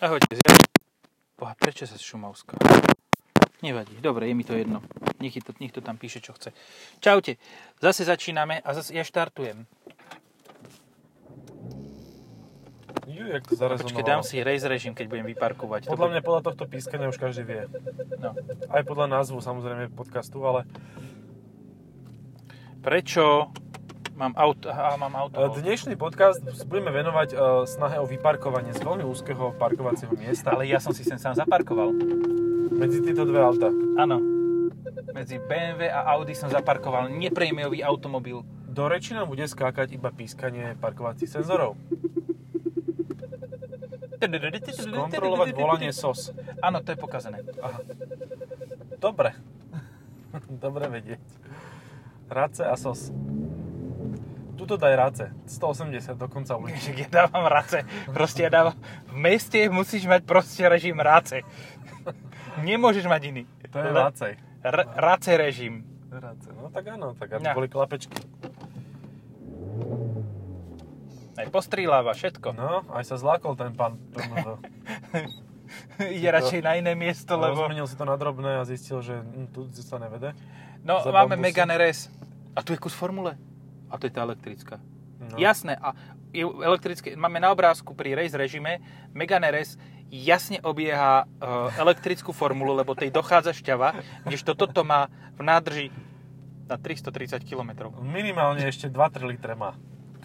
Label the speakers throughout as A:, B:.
A: Ahojte z Jary. Boha, prečo sa z Šumovska? Nevadí, dobre, je mi to jedno. Nech to, nech to tam píše, čo chce. Čaute, zase začíname a zase ja štartujem.
B: Ju, jak to zarezonovalo.
A: Počkej, No, dám si race režim, keď budem vyparkovať. To
B: Podľa
A: bude-
B: mňa podľa tohto pískania už každý vie.
A: No.
B: Aj podľa názvu samozrejme podcastu, ale
A: Prečo mám auto? Aha, mám auto.
B: e, dnešný podcast budeme venovať e, snahe o vyparkovanie z veľmi úzkeho parkovacieho miesta
A: Ale ja som si sem sám zaparkoval.
B: medzi tieto dve auta.
A: Áno. Medzi BMW a Audi som zaparkoval nepremiový automobil.
B: Do reči nám bude skákať iba pískanie parkovacích senzorov. Kontrolovať volanie SOS.
A: Áno, to je pokazané.
B: Dobre. Dobre vedieť. Race a SOS. Tuto daj race. 180 do konca ulice.
A: Však ja dávam race. Proste ja dávam... V meste musíš mať proste režim race. Nemôžeš mať iný.
B: To je racej.
A: R- race režim.
B: Race. No tak áno, tak aby
A: Ja.
B: boli klapečky.
A: Aj postríláva, všetko.
B: No, aj sa zlákol ten pán. PMV.
A: Ide radšej na iné miesto, lebo...
B: Rozmenil si to na drobné a zistil, že hm, tu sa nevede.
A: No,
B: za
A: máme
B: bambusy.
A: Megane RS. A tu je kus formule. A to je tá elektrická.
B: No.
A: Jasné, a je elektrické, máme na obrázku pri race režime, Megane RS jasne obieha e, elektrickú formulu, lebo tej dochádza šťava, kdežto toto má v nádrži na 330 km.
B: Minimálne ešte 2-3 litre má.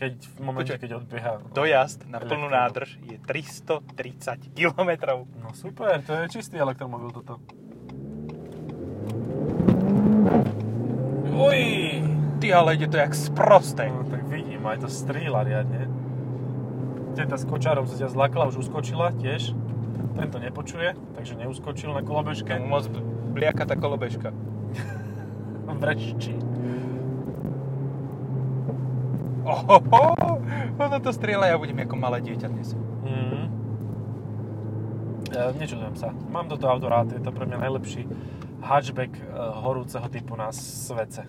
B: Keď v momente,
A: Počkaj.
B: keď odbieha.
A: Dojazd na plnú
B: Elektromobil.
A: nádrž je 330 km.
B: No super, to je čistý elektromobil toto. Uj!
A: Ty ale ide to jak sprosté.
B: No, tak vidím, aj to strýla riadne. Teta s kočárom sa ťa zlakla, už uskočila tiež. Tento nepočuje, takže neuskočil na kolobežke.
A: Tomu moc bliaka tá kolobežka.
B: Vreščí.
A: Ohoho, ono to strieľa, ja budem ako malé dieťa dnes.
B: Mm. Ja E, nečudujem sa. Mám toto auto rád, je to pre mňa najlepší hatchback eh, horúceho typu na svete.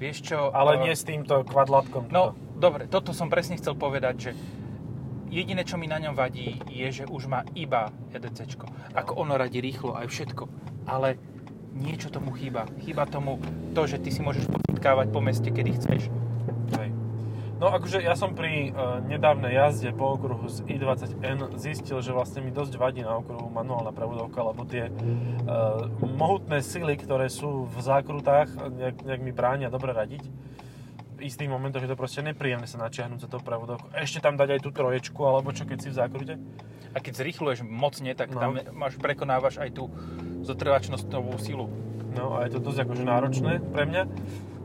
A: Vieš čo?
B: Ale
A: e,
B: nie s týmto kvadlatkom.
A: No, dobre, toto som presne chcel povedať, že jediné, čo mi na ňom vadí, je, že už má iba EDC. Ako ono radi rýchlo, aj všetko. Ale niečo tomu chýba. Chýba tomu to, že ty si môžeš popitkávať po meste, kedy chceš.
B: Hej. No akože ja som pri eh, nedávnej jazde po okruhu z i20N zistil, že vlastne mi dosť vadí na okruhu manuálna prevodovka, lebo tie eh, mohutné sily, ktoré sú v zákrutách, nejak, nejak mi bránia dobre radiť. V istých momentoch je to proste nepríjemné sa načiahnuť za tou prevodovku. Ešte tam dať aj tú troječku, alebo čo keď si v zákrute.
A: A keď zrýchluješ mocne, tak
B: No.
A: tam máš, prekonávaš aj tú zotrvačnostnovú silu.
B: No a je to dosť akože náročné pre mňa.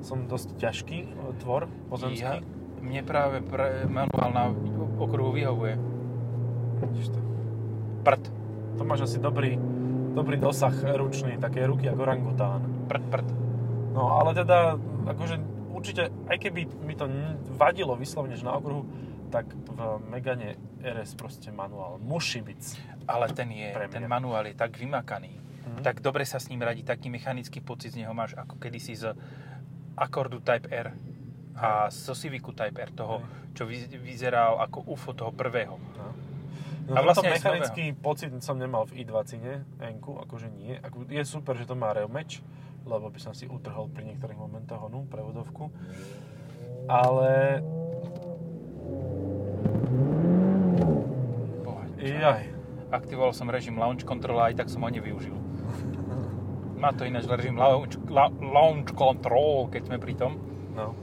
B: Som dosť ťažký e, tvor pozemský.
A: mne práve pre, manuál na okruhu vyhovuje.
B: Vidíš to.
A: Prd,
B: to máš asi dobrý, dobrý dosah ručný, také ruky ako orangután.
A: prd, prd.
B: No ale teda, akože určite, aj keby mi to n- vadilo vyslovne, že na okruhu, tak v Megane RS proste manuál musí byť.
A: Ale ten, je,
B: Pre mňa.
A: ten manuál je tak vymakaný.
B: Mhm.
A: Tak dobre sa s ním radí, taký mechanický pocit z neho máš ako kedysi z Accordu Type R a zo Civicu Type R, toho, čo vyz- vyzeral ako UFO toho prvého.
B: No,
A: A
B: a
A: vlastne aj z
B: vlastne mechanický pocit som nemal v i20, ne? n akože nie. Ako, je super, že to má reomeč, lebo by som si utrhol pri niektorých momentoch onu prevodovku. Ale...
A: Boha, čo?
B: Jaj.
A: Aktivoval som režim launch control a aj tak som ho nevyužil. Má to ináč režim launch, la, launch control, keď sme pri tom.
B: No.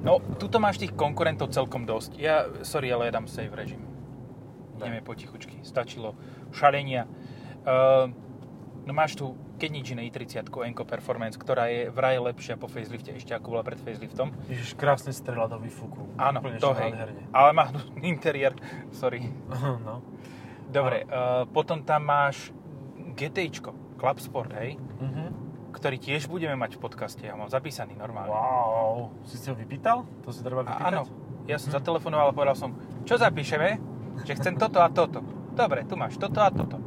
A: No, tuto máš tých konkurentov celkom dosť. Ja, sorry, ale ja dám save režim. Ideme potichučky. Stačilo šalenia. Ehm, no máš tu keď nič iné i30 Enko Performance, ktorá je vraj lepšia po facelifte ešte ako bola pred faceliftom.
B: Ježiš, krásne strela do výfuku.
A: Áno,
B: Úplne,
A: to
B: že
A: hej.
B: nádherne.
A: Ale má interiér, sorry.
B: No.
A: Dobre, uh, potom tam máš GTIčko, Club Sport, hej,
B: Mhm.
A: ktorý tiež budeme mať v podcaste, ja ho mám zapísaný normálne.
B: Wow. Si si ho vypýtal? To si treba vypýtať?
A: A, áno, ja
B: Mhm.
A: som zatelefonoval a povedal som, čo zapíšeme? Že chcem toto a toto. Dobre, tu máš toto a toto.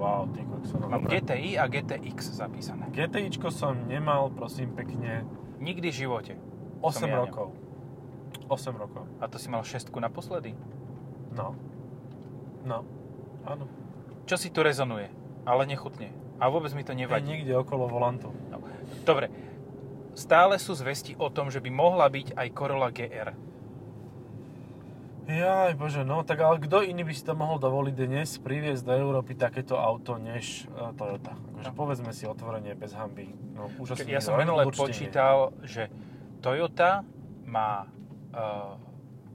B: Wow, ty kokso. No,
A: Mám
B: dobre.
A: GTI a GTX zapísané.
B: GTIčko som nemal, prosím, pekne
A: Nikdy v živote.
B: 8
A: ja
B: rokov. 8 rokov.
A: A to si mal šestku naposledy.
B: No. No. Áno.
A: Čo si tu rezonuje, ale nechutne. A vôbec mi to
B: Aj
A: nevadí.
B: niekde okolo volantu.
A: No. Dobre, stále sú zvesti o tom, že by mohla byť aj Corolla GR.
B: Jaj, bože, no, tak ale kto iný by si to mohol dovoliť dnes priviesť do Európy takéto auto než uh, Toyota? Akože
A: No.
B: povedzme si otvorenie bez hamby. No,
A: Čo,
B: úžasný
A: ja som
B: design,
A: minule
B: určite nie.
A: počítal, že Toyota má eh,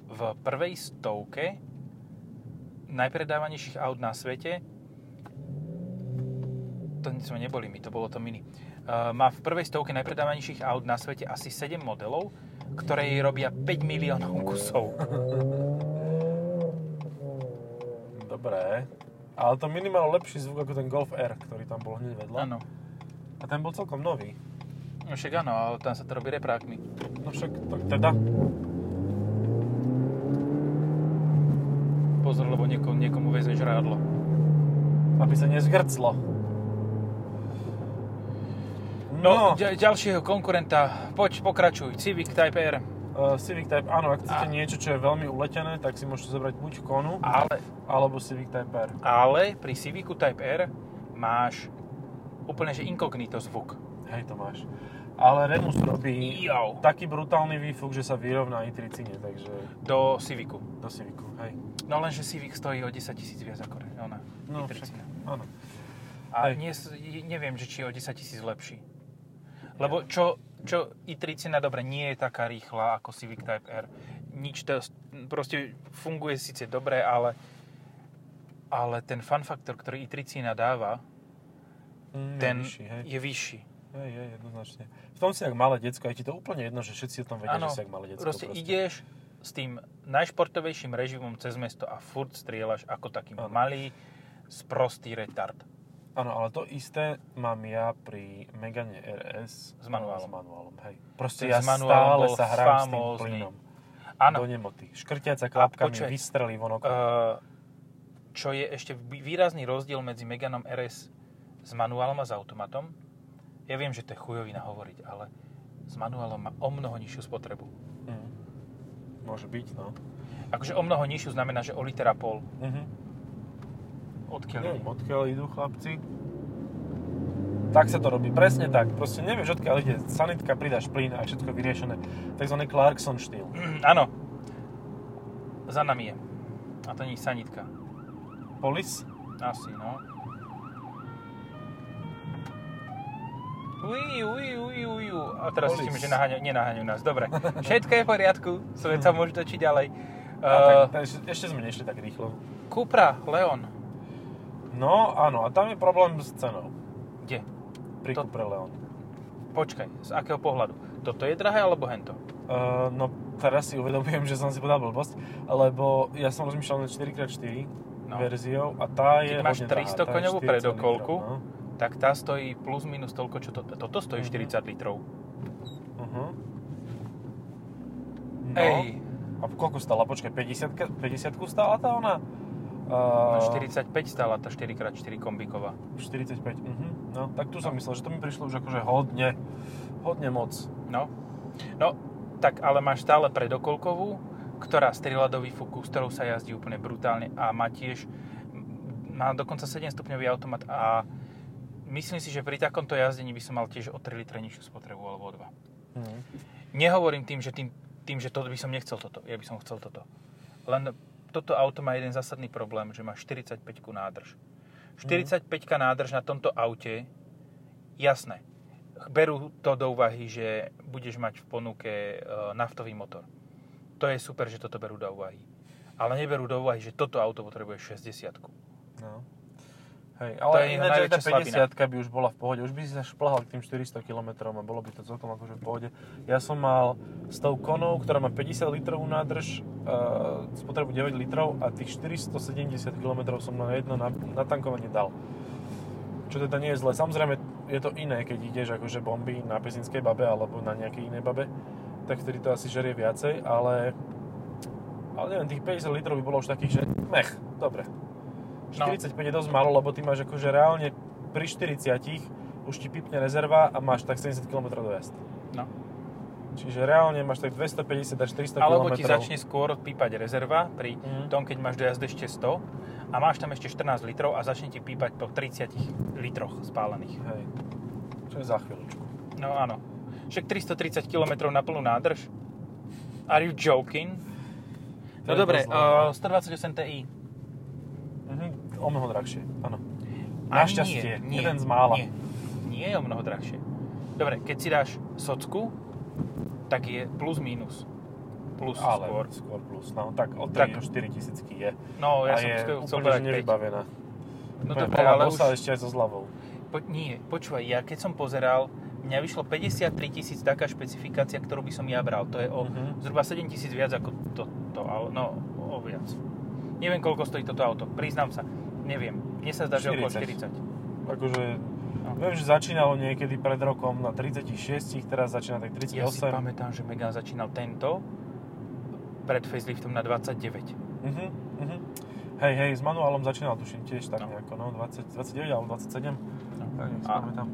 A: v prvej stovke najpredávanejších aut na svete to sme neboli my, to bolo to mini. Eh, má v prvej stovke najpredávanejších aut na svete asi 7 modelov, ktoré jej robia 5 miliónov kusov.
B: Dobré. Ale to minimálne lepší zvuk ako ten Golf R, ktorý tam bol hneď vedľa.
A: Áno.
B: A ten bol celkom nový.
A: No však áno, ale tam sa to robí reprákmi.
B: No však tak teda.
A: Pozor, lebo niekomu, niekomu vezeš rádlo.
B: Aby sa nezgrclo.
A: No,
B: eh,
A: ďa- ďalšieho konkurenta, poď, pokračuj, Civic Type R.
B: Uh, Civic Type, áno, ak chcete
A: A-
B: niečo, čo je veľmi uletené, tak si môžete zobrať buď Konu,
A: Ale
B: alebo Civic Type R.
A: Ale pri Civicu Type R máš úplne že inkognito zvuk.
B: Hej, to máš. Ale Remus robí
A: Jau.
B: taký brutálny výfuk, že sa vyrovná i tricine, takže
A: Do Civicu.
B: do Civicu, hej.
A: No lenže Civic stojí o 10 tisíc viac ako re- ona.
B: No, však,
A: i30.
B: áno.
A: A
B: Hej.
A: nie, s- neviem, že či je o 10 tisíc lepší. Lebo čo, čo i30 dobre nie je taká rýchla ako Civic Type R. Nič to, proste funguje síce dobre, ale, ale ten fun factor, ktorý i30 dáva,
B: Mm,
A: ten
B: najvyšší, hej.
A: je vyšší.
B: Hej, hej, jednoznačne. V tom si jak malé decko, je ti to úplne jedno, že všetci o tom vedia,
A: Áno,
B: že si jak malé decko.
A: proste, ideš s tým najšportovejším režimom cez mesto a furt strieľaš ako taký
B: Áno.
A: malý, sprostý retard.
B: Áno, ale to isté mám ja pri Megane RS.
A: S manuálom.
B: S manuálom, hej. Proste
A: Ten
B: ja
A: s manuálom
B: stále
A: bol
B: sa hrám s tým
A: famózny.
B: plynom. Do
A: Áno, eh,
B: nemoty. Škrtiaca klapkami
A: počkaj.
B: vystrelí von okolo.
A: eh, čo je ešte vý- výrazný rozdiel medzi Meganom RS s manuálom a s automatom, ja viem, že to je chujovina hovoriť, ale s manuálom má o mnoho nižšiu spotrebu.
B: Mm. Môže byť, no.
A: Akože o mnoho nižšiu znamená, že o liter a pol.
B: Mhm.
A: Odkiaľ je?
B: Neviem, odkiaľ idú chlapci. Tak sa to robí, presne tak. Proste nevieš, odkiaľ ide. Sanitka, pridáš plyn a je všetko vyriešené. Takzvaný Clarkson štýl.
A: Áno. Za nami je. A to nie je sanitka.
B: Polis?
A: Asi, no. Uj, uj, uj, uj, uj. A teraz
B: Polis.
A: cítim, že naháňajú, nenaháňajú nás. Dobre, všetko je v poriadku, svet sa môže točiť ďalej.
B: A
A: Uh,
B: tak, ešte, ešte sme nešli tak rýchlo.
A: Cupra, Leon,
B: No, áno, a tam je problém s cenou.
A: kde?
B: Pri
A: To-
B: Cupre Leon.
A: Počkaj, z akého pohľadu? Toto je drahé alebo hento?
B: Uh, no teraz si uvedomujem, že som si podal blbosť, lebo ja som rozmýšľal nad 4x4
A: No.
B: verziou a tá je no.
A: Keď máš
B: hodne drahá,
A: 300
B: tá je
A: koňovú
B: 40
A: predokolku.
B: litrov,
A: Tak tá stojí plus minus toľko, čo toto. Toto stojí
B: Mhm.
A: 40 litrov.
B: No. Uh-huh. no.
A: Ej,
B: A koľko stála? Počkaj, 50, 50 stála tá ona? Uh,
A: no 45 stála tá 4x4 kombiková.
B: 45, uh-huh. no, tak tu som myslel, že to mi prišlo už akože hodne, hodne moc.
A: No. No, tak ale máš stále predokolkovú, ktorá strieľa do výfuku, s ktorou sa jazdí úplne brutálne a má tiež má dokonca 7 stupňový automat a myslím si, že pri takomto jazdení by som mal tiež o 3 litre nižšiu spotrebu alebo o 2.
B: Mhm.
A: Nehovorím tým, že, tým, tým, že toto by som nechcel toto, ja by som chcel toto. Len toto auto má jeden zásadný problém, že má 45 nádrž. 45 nádrž na tomto aute, jasné, berú to do úvahy, že budeš mať v ponuke e, naftový motor. To je super, že toto berú do úvahy. Ale neberú do úvahy, že toto auto potrebuje 60.
B: No. Hej,
A: To
B: ale
A: je jeho
B: ináč aj tá
A: najväčšia slabina.
B: 50 by už bola v pohode. Už by si sa šplhal k tým 400 km a bolo by to celkom akože v pohode. Ja som mal s tou konou, ktorá má 50 litrovú nádrž, uh, spotrebu 9 litrov a tých 470 km som na jedno na- natankovanie dal. Čo teda nie je zle. Samozrejme je to iné, keď ideš akože bomby na pezinskej babe alebo na nejakej inej babe, tak vtedy to asi žerie viacej, ale ale neviem, tých 50 litrov by bolo už takých, že mech, dobre.
A: No.
B: 45 je dosť málo, lebo ty máš akože reálne pri 40 už ti pipne rezerva a máš tak 70 km dojazd.
A: No.
B: Čiže reálne máš tak 250 až 300 km.
A: Alebo ti začne skôr pípať rezerva pri
B: Mhm.
A: tom, keď máš dojazd ešte 100 a máš tam ešte 14 litrov a začne ti pípať po 30 litroch spálených.
B: Hej. Čo je za chvíľočku.
A: No áno. Však 330 km na plnú nádrž? Are you joking? No
B: To je
A: dobre,
B: dosť dlho.
A: uh, 128 Ti.
B: Mhm. O mnoho drahšie, áno.
A: A
B: Našťastie,
A: nie, nie,
B: jeden z mála.
A: Nie, nie je o mnoho drahšie. Dobre, keď si dáš socku, tak je plus minus. Plus
B: Ale
A: skôr.
B: skôr plus, no tak od
A: Tak.
B: 3 do 4 tisícky je.
A: No, ja
B: a
A: som
B: je
A: chcel chcel
B: úplne
A: povedať
B: že
A: päť.
B: nevybavená.
A: No
B: Úplne
A: dobre,
B: plná
A: ale
B: bosa,
A: už...
B: ešte aj so zľavou.
A: Po, nie, počúvaj, ja keď som pozeral, mňa vyšlo 53 tisíc taká špecifikácia, ktorú by som ja bral. To je o
B: Mhm.
A: zhruba 7 tisíc viac ako toto, to, ale no, o viac. Neviem, koľko stojí toto auto, priznám sa. Neviem, mne sa zdá, že okolo
B: 40.
A: 40.
B: Akože, viem, že začínalo niekedy pred rokom na 36, teraz začína tak
A: Ja si
B: 38.
A: pamätám, že Megan začínal tento pred faceliftom na 29.
B: Mhm, mhm. Hej, hej, s manuálom začínal tuším tiež tak
A: No.
B: nejako, no 20, 29 alebo 27.
A: No.
B: Tak, nech si
A: A-
B: pamätám.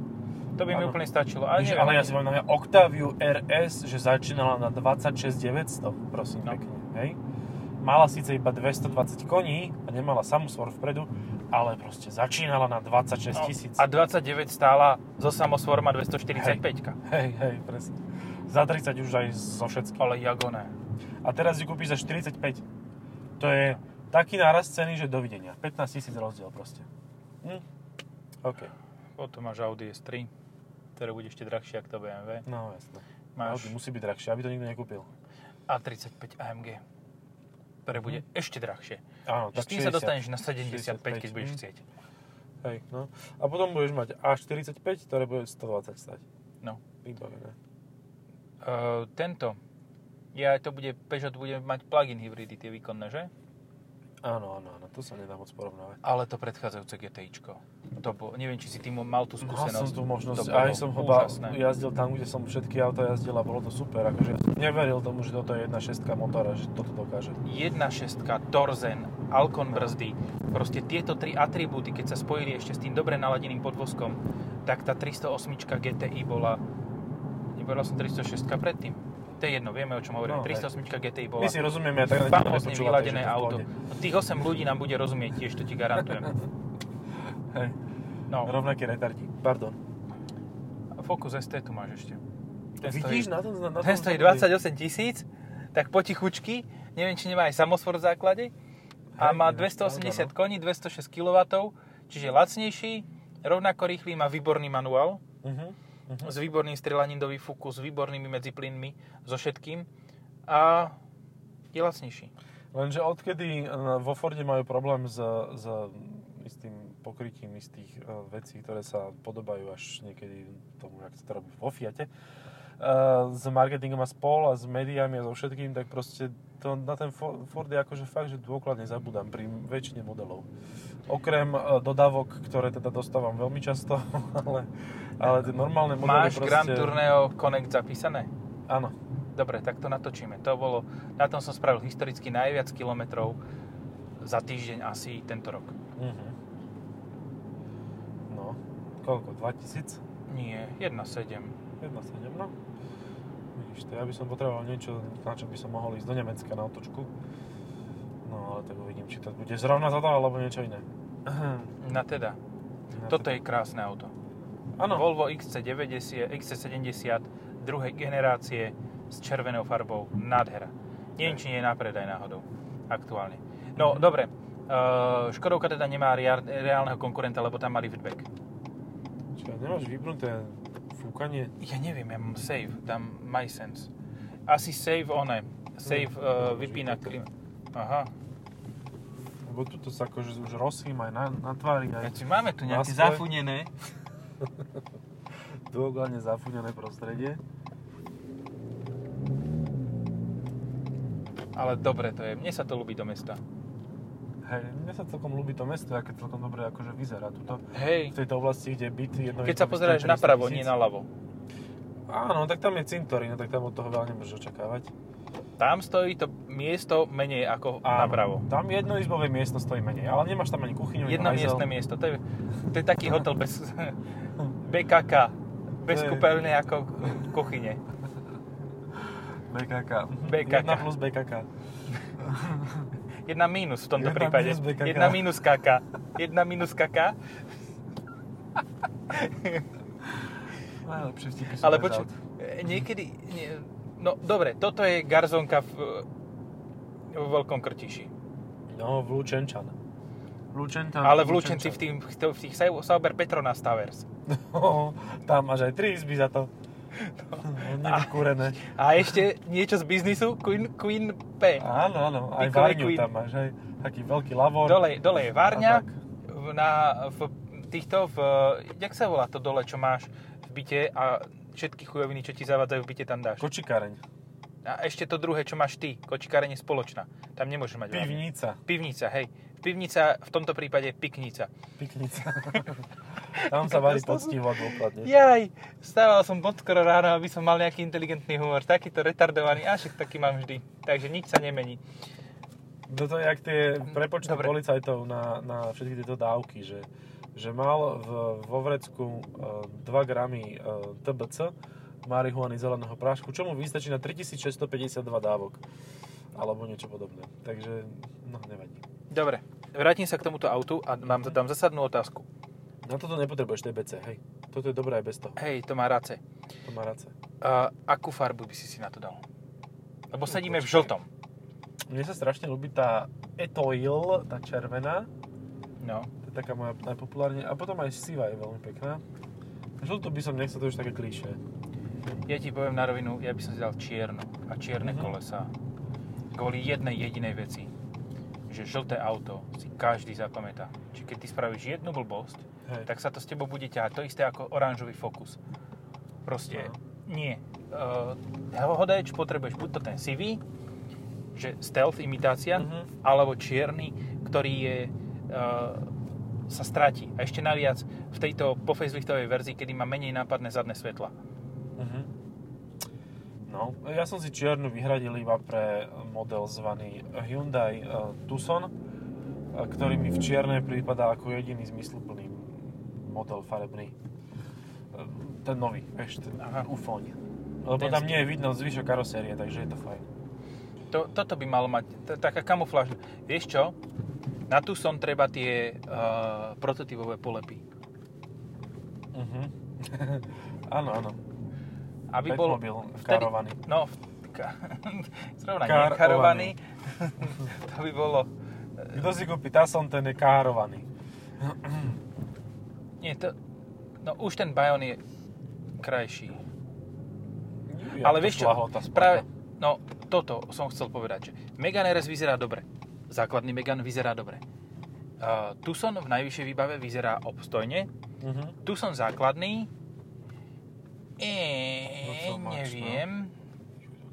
A: To by mi
B: Áno.
A: úplne stačilo. Ale,
B: Ježi,
A: neviem,
B: ale ja si pamätám, ja Octaviu RS, že začínala na 26 900, prosím
A: No.
B: pekne, hej? Mala síce iba 220 koní a nemala samosvor vpredu, ale proste začínala na
A: no,
B: 26 000.
A: A 29 stála zo samosvorma 245.
B: Hej, hej, presne. Za 30 už aj zo všetkých.
A: Ale jagoné.
B: A teraz ju kúpiš za 45. To je taký náraz ceny, že dovidenia. 15 tisíc rozdiel proste. Hm? OK.
A: Potom máš Audi S3, ktoré bude ešte drahšie ako to BMW.
B: No jasné.
A: Máš
B: Audi musí byť drahšie, aby to nikto nekúpil.
A: A35 AMG, ktoré bude ešte drahšie.
B: Áno,
A: Že s
B: Mhm. No tak
A: tým sa
B: 60.
A: dostaneš na 75, keď
B: 65,
A: budeš
B: hm.
A: chcieť.
B: Hej, no. A potom budeš mať A45, ktoré bude 120 stať.
A: No.
B: Vybavené.
A: Uh, tento, ja to bude, Peugeot bude mať plug-in hybridy, tie výkonné, že?
B: Áno, áno, áno, to sa nedá moc porovnávať.
A: Ale to predchádzajúce GTIčko. To bolo, neviem, či si tým mal tú
B: Mal
A: skúsenosť.
B: No, som tu možnosť,
A: to bolo
B: aj som ho ba-
A: úžasné.
B: jazdil tam, kde som všetky auta jazdil a bolo to super. Akože ja som neveril tomu, že toto je 1.6 motora, že toto dokáže.
A: 1.6, Torzen, Alcon brzdy, proste tieto tri atribúty, keď sa spojili ešte s tým dobre naladeným podvozkom, tak tá 308 GTI bola, nepovedal som 306 predtým, to je jedno, vieme o čom hovorím,
B: No,
A: 308 GTI bola
B: My si rozumieme, ja tak ani
A: famózne
B: nepočúvam, takže
A: vyladené
B: to v
A: auto. No,
B: pohode.
A: Tých 8 ľudí nám bude rozumieť tiež, to ti garantujem.
B: Hej,
A: No,
B: rovnaký retardík, pardon.
A: Focus ST tu máš ešte.
B: Vidíš, na tom... Na, na
A: Ten
B: tom
A: stojí
B: stojí.
A: 28 tisíc, tak potichučky, neviem, či nemá aj samosvor v základe, a
B: Hej,
A: má
B: ináč,
A: 280
B: pravda, no.
A: koní, 206 kW, čiže lacnejší, rovnako rýchly, má výborný manuál,
B: Mhm, mhm.
A: s výborným strelaním do výfuku, s výbornými medziplynmi, so všetkým a je lacnejší.
B: Lenže odkedy eh, vo Forde majú problém s, s istým pokrytím istých eh, vecí, ktoré sa podobajú až niekedy tomu, jak sa to robí vo Fiate, eh, s marketingom a spol a s médiami a so všetkým, tak proste to na ten Fo- Ford je akože fakt, že dôkladne zabudám pri väčšine modelov. Okrem eh, dodávok, ktoré teda dostávam veľmi často, ale, ale tie normálne modely
A: Máš Gran Tourneo Connect zapísané?
B: Áno.
A: Dobre, tak to natočíme. To bolo, na tom som spravil historicky najviac kilometrov za týždeň asi tento rok.
B: Mhm. No, koľko? 2000?
A: Nie, 1,7.
B: 1,7, no. Vidíš to, ja by som potreboval niečo, na čo by som mohol ísť do Nemecka na otočku. No ale tak uvidím, či to bude zrovna toto, alebo niečo iné.
A: Na teda, toto je krásne auto.
B: Áno,
A: Volvo XC90, XC70 druhej generácie s červenou farbou. Nádhera. Neviem, či nie je na predaj náhodou aktuálne. No, dobre. Uh, Škodovka teda nemá ria- reálneho konkurenta, lebo tam mali feedback.
B: Čiže nemáš vypnuté fúkanie?
A: Ja neviem, ja mám save, tam MySense. Asi save one,
B: Hm.
A: save uh, vypína klima. Aha,
B: Lebo tuto sa akože už rosím aj na, na tvári,
A: ja
B: aj
A: si máme tu nejaké
B: Nástroj.
A: zafunené.
B: dôkladne zafúňané prostredie.
A: Ale dobre to je, mne sa to ľúbi do mesta.
B: Hej, mne sa celkom ľúbi to mesto, aké celkom dobre akože vyzerá tuto.
A: Hej,
B: V tejto oblasti, kde No, je byt jedno...
A: keď sa pozeráš napravo, nie naľavo.
B: Áno, tak tam je cintorín, no tak tam od toho veľa nemôžeš očakávať.
A: Tam stojí to miesto menej ako
B: Áno.
A: napravo.
B: Tam jednoizbové miesto stojí menej, ale nemáš tam ani kuchyňu, ani
A: Jedno
B: hajzel.
A: miestne miesto. To je, to je taký hotel bez BKK. Bez
B: Hej.
A: kúpeľne ako kuchyne.
B: BKK.
A: BKK.
B: 1 plus BKK.
A: Jedna mínus v tomto
B: Jedna
A: prípade.
B: mínus BKK.
A: Jedna mínus KK. Jedna mínus KK.
B: Najlepšie vtipy sú
A: Ale
B: bez
A: počuj,
B: aut.
A: e, niekedy... Nie, no dobre, toto je garzonka v, e, vo veľkom krtiši.
B: No, v Lučenčan. Lučenčan.
A: Ale v Lučenci v, tým, v to- v tých Sau- Sauber Petronas Towers.
B: No, tam máš aj 3 izby za to. No, Nevykúrené.
A: A ešte niečo z biznisu? Queen, Queen P.
B: Áno, áno, aj
A: Pickle
B: varňu
A: Queen.
B: tam máš, aj taký veľký lavor.
A: Dole, dole je
B: A
A: várňa.
B: tak.
A: V, na, v týchto, v, jak sa volá to dole, čo máš v byte a všetky chujoviny, čo ti zavádzajú v byte, tam dáš.
B: Kočikáreň,
A: A ešte to druhé, čo máš ty, kočikáreň je spoločná. Tam nemôžeš mať várňu.
B: pivnica,
A: Pivnica, hej. Pivnica, v tomto prípade piknica.
B: piknica. tam sa varí poctivo a dôkladne.
A: Jaj, stával som moc skoro ráno, aby som mal nejaký inteligentný humor. Takýto retardovaný, až taký mám vždy. Takže nič sa nemení.
B: No to je jak tie prepočty
A: Dobre.
B: policajtov na, na všetky tieto dávky, že, že mal v, vo vrecku e, 2 gramy e, TBC, marihuany zeleného prášku, čo mu vystačí na 3652 dávok. Alebo niečo podobné. Takže, no nevadí.
A: Dobre, vrátim sa k tomuto autu a mám, dám zasadnú otázku.
B: Na toto nepotrebuješ TBC, hej. Toto je dobré aj bez toho.
A: Hej, to má race.
B: To má race.
A: Uh, akú farbu by si si na to dal? Lebo sedíme v
B: počkaj.
A: žltom.
B: Mne sa strašne ľúbi tá Etoil, tá červená.
A: No.
B: To je taká moja najpopulárne. A potom aj siva je veľmi pekná. Žltú by som nechcel, to je už také klíše.
A: Ja ti poviem na rovinu, ja by som si dal čiernu a čierne
B: Mhm.
A: kolesa. Kvôli jednej jedinej veci. Že žlté auto si každý zapamätá. Čiže keď ty spravíš jednu blbosť,
B: Hej.
A: tak sa to s tebou bude ťahať. To isté ako oranžový fokus. Proste
B: No.
A: nie. Uh, hodajč potrebuješ buď to ten sivý, že stealth imitácia,
B: Mhm.
A: alebo čierny, ktorý je, uh, sa stráti. A ešte naviac v tejto po faceliftovej verzii, kedy má menej nápadné zadné svetla.
B: Mhm. No, ja som si čiernu vyhradil iba pre model zvaný Hyundai eh, Tucson, eh, ktorý mi v čiernej prípada ako jediný zmysluplný model farebný. Eh, Ten nový, vieš, ten
A: Aha.
B: ufóň. Lebo
A: Ten s-
B: tam nie je vidno zvyšok karosérie, takže je to fajn.
A: To, toto by malo mať t- taká kamufláž. Vieš čo? Na tu som treba tie uh, prototypové polepy.
B: Mhm. áno, áno.
A: Aby bol
B: Batmobil karovaný.
A: No, v- ka, zrovna nie
B: Karovaný.
A: karovaný. to by bolo...
B: Kto si kúpi Tucson, ten je károvaný.
A: Nie, to... No už ten Bayon je krajší.
B: Jak
A: Ale
B: to
A: vieš čo,
B: šľahlo tá spodná.
A: práve, no toto som chcel povedať, že Megane RS vyzerá dobre. Základný Megane vyzerá dobre. Uh, Tucson v najvyššej výbave vyzerá obstojne.
B: Mhm.
A: Tucson základný.
B: No
A: Eee,
B: to máš, no.
A: neviem.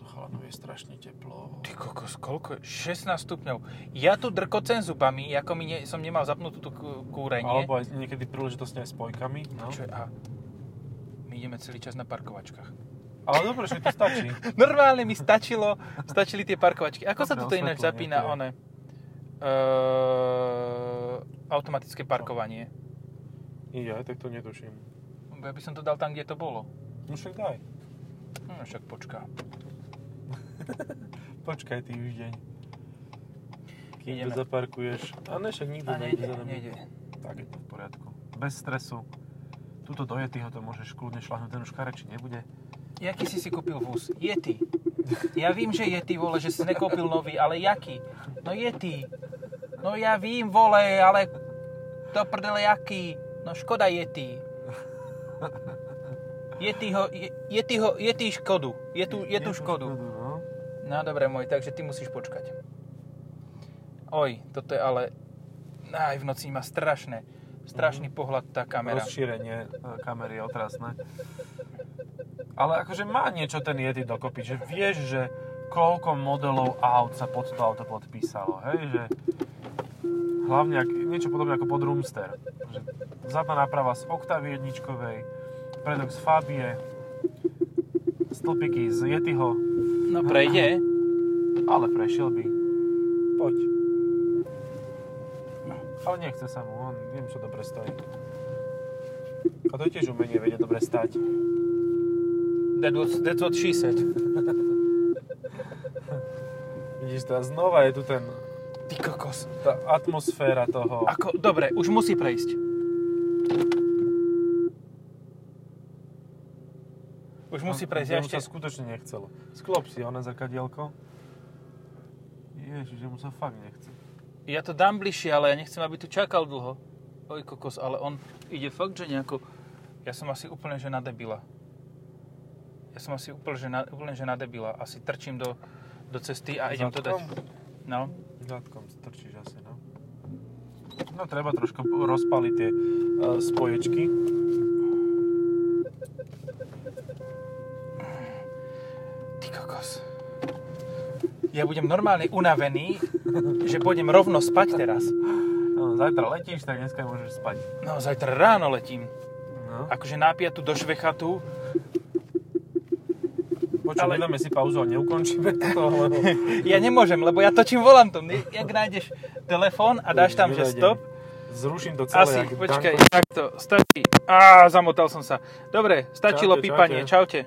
B: Chalanovi je strašne teplo.
A: Ty kokos, koľko? je? 16 stupňov. Ja tu drkocem zubami, ako mi ne, som nemal zapnutú tú kú- kúrenie.
B: Alebo aj niekedy príležitosne aj s spojkami. No.
A: Čo je, a my ideme celý čas na parkovačkách.
B: Ale dobre, že to stačí.
A: Normálne mi stačilo, stačili tie parkovačky. Ako sa
B: Dobre,
A: toto ináč
B: osvetlo
A: zapína
B: nejaké.
A: one? Uh, automatické parkovanie.
B: Ja tak to netuším.
A: Lebo Ja by som to dal tam, kde to bolo.
B: No však daj.
A: Hm, však počká.
B: Počkaj týždeň. Kým
A: Ideme.
B: to zaparkuješ. A ne, však nikto
A: A nejde,
B: za nami.
A: nejde.
B: Tak je to v poriadku. Bez stresu. Tuto do Yetiho to môžeš kľudne šľahnúť, ten už kareči nebude.
A: Jaký si si kúpil vúz? Yeti. Ja vím, že Yeti, vole, že si nekúpil nový, ale jaký? No Yeti. No ja vím, vole, ale do prdele jaký? No škoda Yeti. Yeti ho, Je- Yeti ho, Yeti škodu. Je tu, je tu škodu.
B: no.
A: No dobre môj, takže ty musíš počkať. Oj, toto je ale... Aj v noci má strašné. Strašný pohľad tá kamera.
B: Rozšírenie e, kamery je otrasné. Ale akože má niečo ten Yeti dokopy, že vieš, že koľko modelov aut sa pod to auto podpísalo, hej, že hlavne ak, niečo podobné ako pod Roomster. Že zadná náprava z Octavy jedničkovej, predok z Fabie, stĺpiky z Yetiho,
A: No prejde.
B: ale prešiel by. Poď.
A: No.
B: Ale nechce sa mu, on viem, čo dobre stojí. A to je tiež umenie, vedia dobre stať.
A: That was, that's what she said.
B: Vidíš, tá znova je tu ten,
A: Ty kokos.
B: tá atmosféra toho.
A: Ako, dobre, už musí prejsť. Už musí prejsť, ja
B: Jemu
A: ešte...
B: sa skutočne nechcelo. Sklop si ho na zrkadielko. Ježiš, mu sa fakt nechce.
A: Ja to dám bližšie, ale ja nechcem, aby tu čakal dlho. Oj, kokos, ale on ide fakt, že nejako... Ja som asi úplne, že na debila. Ja som asi úplne, že na, úplne, že na debila. Asi trčím do, do cesty a idem to dať. No.
B: Zadkom strčíš asi, no. No treba trošku po- rozpaliť tie uh, spoječky.
A: Ty kokos. Ja budem normálne unavený, že pôjdem rovno spať teraz.
B: No, zajtra letíš, tak dneska môžeš spať.
A: No, zajtra ráno letím.
B: No.
A: Akože nápiatu do švechatu.
B: Počuj,
A: ale-
B: ale... nedáme si pauzu a neukončíme toto, lebo...
A: Ja nemôžem, lebo ja točím volantom. Jak nájdeš telefón a dáš tam, že
B: Nenájdem.
A: stop,
B: Zruším to celé.
A: Asi,
B: jak
A: počkaj,
B: Danko.
A: takto, stačí. Á, zamotal som sa. Dobre, stačilo
B: Čaute,
A: pípanie, čaute.